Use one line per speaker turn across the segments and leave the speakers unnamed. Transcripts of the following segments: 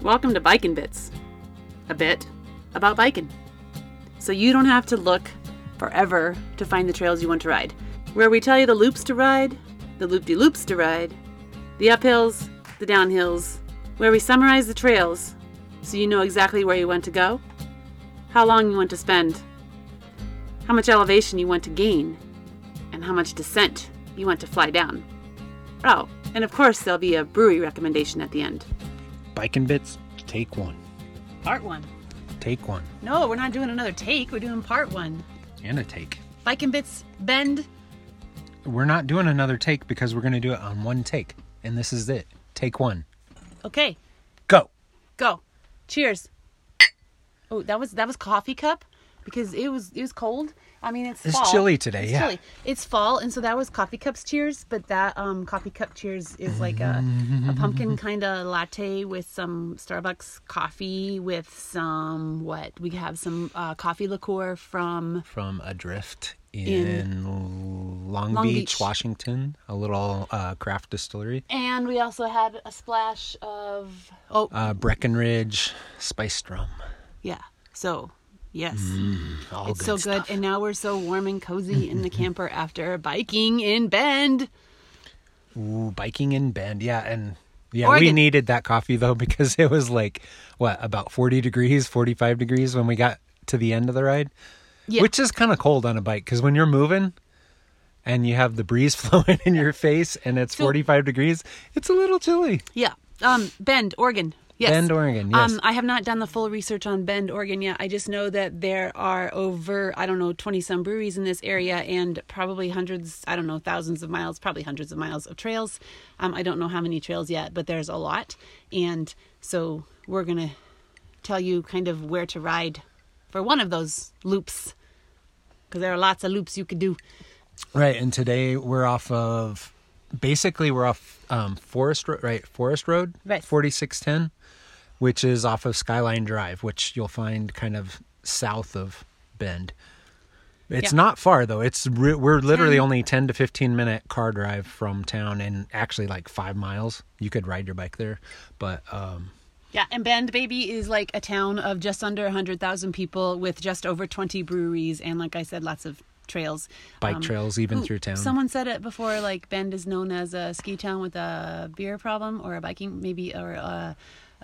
Welcome to Bikin' Bits, a bit about biking. So you don't have to look forever to find the trails you want to ride, where we tell you the loops to ride, the loop de loops to ride, the uphills, the downhills, where we summarize the trails so you know exactly where you want to go, how long you want to spend, how much elevation you want to gain, and how much descent you want to fly down. Oh, and of course, there'll be a brewery recommendation at the end.
Biking bits, take one.
Part one.
Take one.
No, we're not doing another take. We're doing part one.
And a take.
Biking bits bend.
We're not doing another take because we're going to do it on one take. And this is it. Take one.
Okay,
Go.
go. Cheers. Oh, that was that was coffee cup because it was it was cold. I mean, it's
It's
fall.
chilly today,
It's
yeah.
chilly. It's fall, and so that was coffee cups cheers. But that um coffee cup cheers is like a a pumpkin kind of latte with some Starbucks coffee with some what we have some uh, coffee liqueur from
From Adrift in,
In-
Long,
Long
Beach,
Beach.
Washington, a little uh, craft distillery.
And we also had a splash of oh
Uh, Breckenridge Spiced Rum.
yeah. So yes,
All
it's
Mm, good
so
stuff.
good. And now we're so warm and cozy in the camper after biking in Bend.
Ooh, biking in Bend. Yeah, and yeah, we
Oregon.
needed that coffee though because it was like what about forty degrees, forty five degrees when we got to the end of the ride,
Yeah.
which is kind of cold on a bike because when you're moving and you have the breeze flowing in your face and it's
So-
forty five degrees, it's a little chilly.
Yeah. Um, Bend, Oregon. Yes.
Bend, Oregon, yes.
Um, I have not done the full research on Bend, Oregon yet. I just know that there are over, I don't know, 20 some breweries in this area and probably hundreds, I don't know, thousands of miles, probably hundreds of miles of trails. Um, I don't know how many trails yet, but there's a lot. And so we're going to tell you kind of where to ride for one of those loops because there are lots of loops you could do.
Right, and today we're off of basically we're off um, Forest Road, right? Forest Road,
Right.
Forty six ten, which is off of Skyline Drive, which you'll find kind of south of Bend. It's
Yeah.
not far though. It's re- we're literally
Ten-
only ten to fifteen minute car drive from town, and actually like five miles. You could ride your bike there, but um,
Yeah, and Bend, baby, is like a town of just under 100,000 people with just over 20 breweries and, like I said, lots of trails.
bike trails even
Um, ooh,
through town.
Someone said it before, like Bend is known as a ski town with a beer problem or a biking, maybe, or a, a,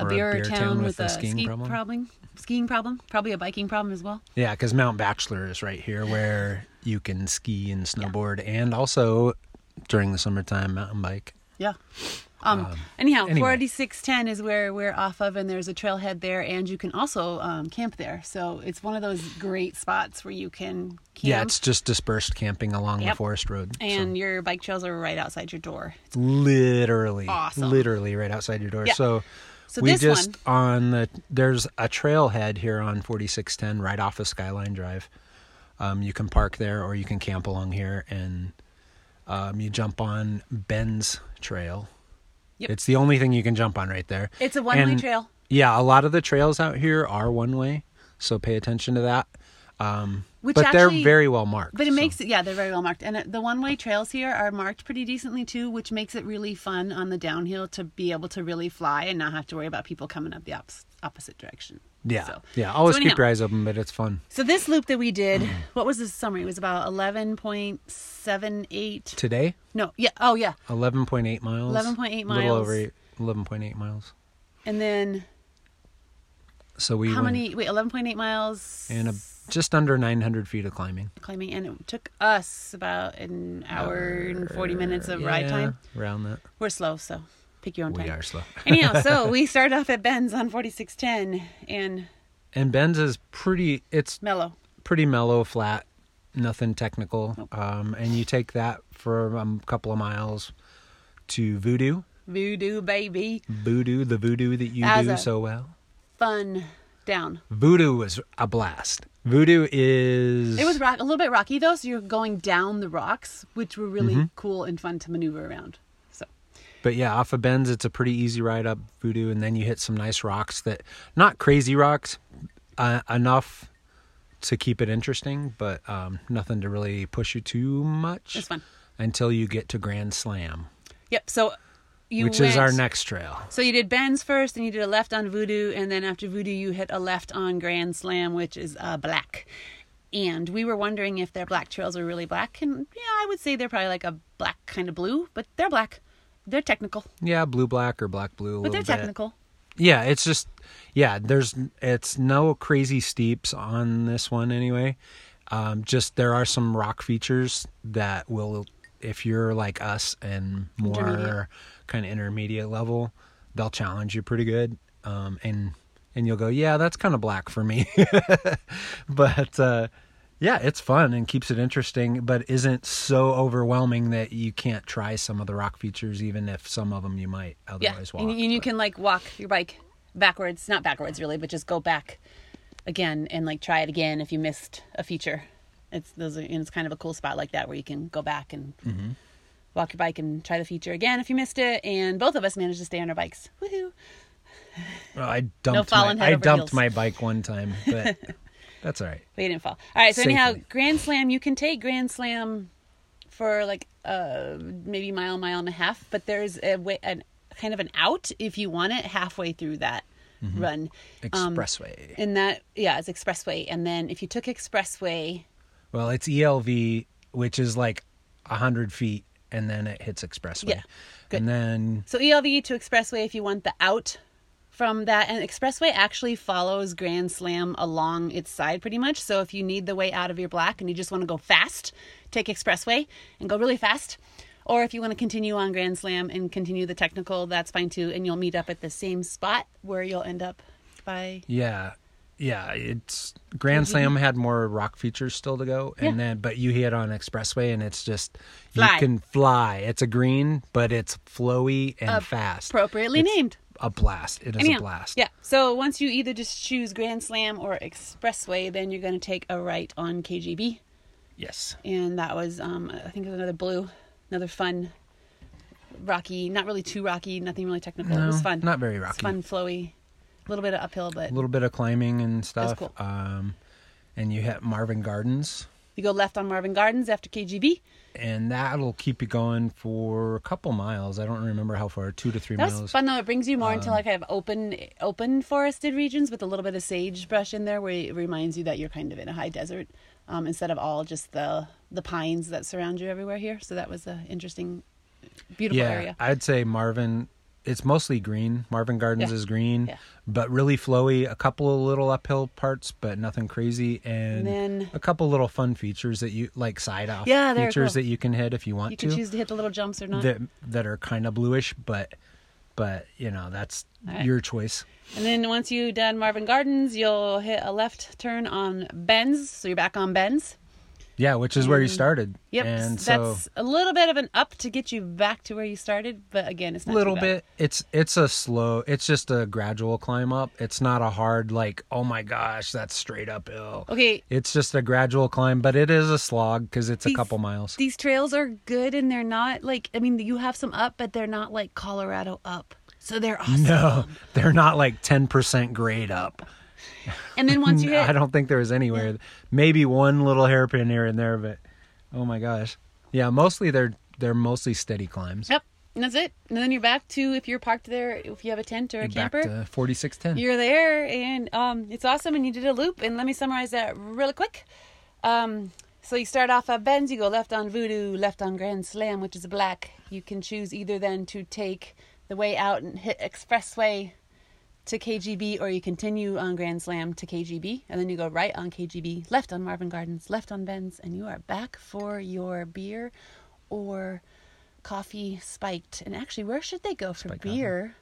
Or a
beer,
beer
town, with, a,
skiing
ski
problem.
problem. Skiing problem, probably a biking problem as well.
Yeah, because Mount Bachelor is right here where you can ski and snowboard, and also during the summertime mountain bike.
Yeah. Um, anyhow,
anyway.
4610 is where we're off of, and there's a trailhead there, and you can also um, camp there. So it's one of those great spots where you can camp.
Yeah, it's just dispersed camping along the
Yep.
forest road. so
and your bike trails are right outside your door. It's-
literally,
Awesome.
literally right outside your door.
Yeah.
So,
So
we
this
just on the there's a trailhead here on 4610 right off of Skyline Drive. Um, you can park there or you can camp along here and um, you jump on Ben's trail.
Yep.
It's the only thing you can jump on right there.
It's a one-way
And-
trail.
Yeah, a lot of the trails out here are one way, so pay attention to that. Um,
Which
but
actually-
they're very well marked.
But it
so-
makes it, yeah, they're very well marked. And it- the one way trails here are marked pretty decently too, which makes it really fun on the downhill to be able to really fly and not have to worry about people coming up the opps opposite direction.
yeah,
So-
yeah. Always
so
keep your
anyhow,
eyes open, but it's fun.
So this loop that we did, what was the summary? It was about 11.78.
Today,
No, yeah, oh yeah.
eleven point eight miles.
11.8
Little
miles.
over eight- eleven point eight miles.
And then
So we
how
went
many, wait, 11.8 miles
and a, just under nine hundred feet of climbing.
climbing. And it took us about an hour and 40 minutes of ride
Yeah,
time.
Around that,
We're slow, so pick your own time.
we are slow.
Anyhow, so we start off at Ben's on 4610 and
And Ben's is pretty. It's
Mellow.
pretty mellow, flat, nothing technical. Um, and you take that for a couple of miles to Voodoo.
Voodoo baby.
Voodoo, the voodoo that you
As
do
a-
so well.
Fun down.
Voodoo was a blast. Voodoo is
It was rock, a little bit rocky though, so you're going down the rocks, which were really
Mm-hmm.
cool and fun to maneuver around. So
But yeah, off of Ben's, it's a pretty easy ride up Voodoo, and then you hit some nice rocks that, not crazy rocks, uh, enough to keep it interesting, but um, nothing to really push you too much
it's fun.
until you get to Grand Slam.
Yep. So you
which is our
went-
next trail.
So you did Ben's first, and you did a left on Voodoo, and then after Voodoo, you hit a left on Grand Slam, which is uh, black. And we were wondering if their black trails are really black, and yeah, I would say they're probably like a black kind of blue, but they're black. They're technical,
Yeah, blue black or black blue. A
but they're
little bit.
technical.
Yeah, it's just yeah, there's it's no crazy steeps on this one anyway. Um just there are some rock features that will if you're like us and
Intermediate.
more kind of intermediate level, they'll challenge you pretty good. Um and and you'll go, "Yeah, that's kind of black for me." but uh yeah, it's fun and keeps it interesting, but isn't so overwhelming that you can't try some of the rock features, even if some of them you might
Yeah,
otherwise walk.
and, and you can like walk your bike backwards, not backwards really, but just go back again and like try it again if you missed a feature. It's those are, and it's kind of a cool spot like that where you can go back and
Mm-hmm.
walk your bike and try the feature again if you missed it. And both of us managed to stay on our bikes. Woohoo!
Well, I dumped
falling
my,
head
I
over
dumped
heels.
my bike one time, but that's all right.
We didn't fall. All right. So anyhow,
Safely.
Grand Slam. You can take Grand Slam for like uh maybe mile, mile and a half, but there's a way, an kind of an out if you want it halfway through that
Mm-hmm.
run. Um,
Expressway.
And that, yeah, it's expressway. And then if you took expressway,
well, it's ELV, which is like hundred feet, and then it hits expressway.
Yeah. Good.
And then
so ELV to expressway, if you want the out from that, and expressway actually follows Grand Slam along its side pretty much. So if you need the way out of your black and you just want to go fast, take expressway and go really fast. Or if you want to continue on Grand Slam and continue the technical, that's fine too. And you'll meet up at the same spot where you'll end up by.
yeah, yeah, it's Grand Slam had more rock features still to go, and
Yeah.
then but you hit on expressway, and it's just
Fly.
you can fly. It's a green, but it's flowy and fast.
Appropriately
It's
named.
A blast! It is
Anyhow,
a blast.
Yeah. So once you either just choose Grand Slam or Expressway, then you're going to take a right on KGB,
Yes.
and that was um, I think it was another blue, another fun, rocky, not really too rocky, nothing really technical. it
No,
was fun.
not very rocky.
It's fun, flowy, a little bit of uphill, but
A little bit of climbing and stuff.
cool.
Um, and you hit Marvin Gardens.
you go left on Marvin Gardens after KGB.
and that'll keep you going for a couple miles. I don't remember how far, two to three
That was
miles.
fun though. It brings you more
Um,
into like kind of open, open forested regions with a little bit of sagebrush in there, where it reminds you that you're kind of in a high desert, um, instead of all just the the pines that surround you everywhere here. So that was a interesting, beautiful
yeah,
area.
I'd say Marvin. It's mostly green. Marvin Gardens
Yeah.
is green,
Yeah.
but really flowy. A couple of little uphill parts, but nothing crazy,
And
and,
then-
a couple little fun features that you like side off
Yeah, they're
features
cool.
that you can hit if you want
You
to
can choose to hit the little jumps or not.
that that are kind of bluish, but but you know that's
right.
your choice.
And then once you done Marvin Gardens, you'll hit a left turn on Benz, so you're back on Benz.
Yeah, which is where you started.
Mm. Yep,
and
s-
so
that's a little bit of an up to get you back to where you started, but again, it's not too
little
bad.
bit it's it's a slow it's just a gradual climb up it's not a hard like oh my gosh that's straight uphill
Okay,
it's just a gradual climb but it is a slog because it's a couple miles
These trails are good and they're not like I mean you have some up but they're not like Colorado up. So they're awesome.
no they're not like 10% grade up
And then once you hit
i don't think there was anywhere maybe one little hairpin here and there but oh my gosh yeah mostly they're they're mostly steady climbs
Yep. And that's it. And then you're back to if you're parked there if you have a tent or a
back
camper.
to 4610
You're there, and um, it's awesome. And you did a loop. And let me summarize that really quick. Um, so you start off at Benz, you go left on Voodoo, left on Grand Slam, which is black. You can choose either then to take the way out and hit Expressway to KGB, or you continue on Grand Slam to KGB, and then you go right on KGB, left on Marvin Gardens, left on Benz, and you are back for your beer or coffee spiked. And actually, where should they go for
coffee.
beer?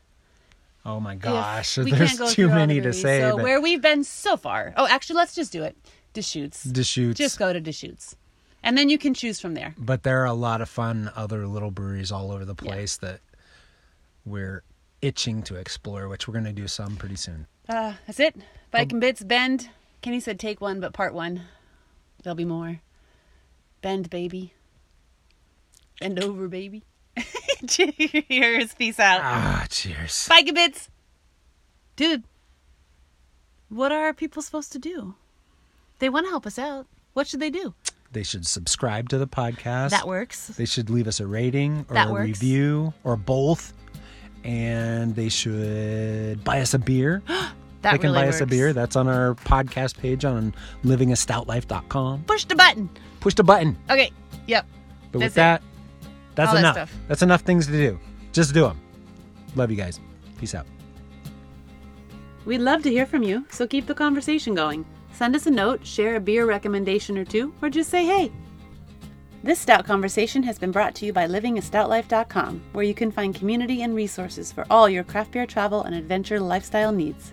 oh my
if
gosh
we
there's
can't go
too
through all the
many to
movies.
say
So
but
where we've been so far. Oh, actually, let's just do it. Deschutes.
Deschutes.
Just go to Deschutes, and then you can choose from there.
but there are a lot of fun other little breweries all over the place that we're itching to explore, which we're going to do some pretty soon.
Uh, that's it.
Um,
Bike and bits. Bend. Kenny said take one, but part one. There'll be more. Bend, baby. Bend over, baby. Cheers. Peace out.
Ah, cheers.
Bike and bits. Dude, what are people supposed to do? They want to help us out. What should they do?
They should subscribe to the podcast.
That works.
They should leave us a rating or
That
a
works.
review or both. and they should buy us a beer.
That
they can
really
buy
works.
us a beer. That's on our podcast page on livingastoutlife.com.
Push the button.
Push the button.
Okay. Yep.
But
That's
with
it.
that, that's
All that
enough.
stuff.
That's enough things to do. Just do them. Love you guys. Peace out.
We'd love to hear from you, so keep the conversation going. Send us a note, share a beer recommendation or two, or just say hey. This Stout Conversation has been brought to you by livingastoutlife.com, where you can find community and resources for all your craft beer travel and adventure lifestyle needs.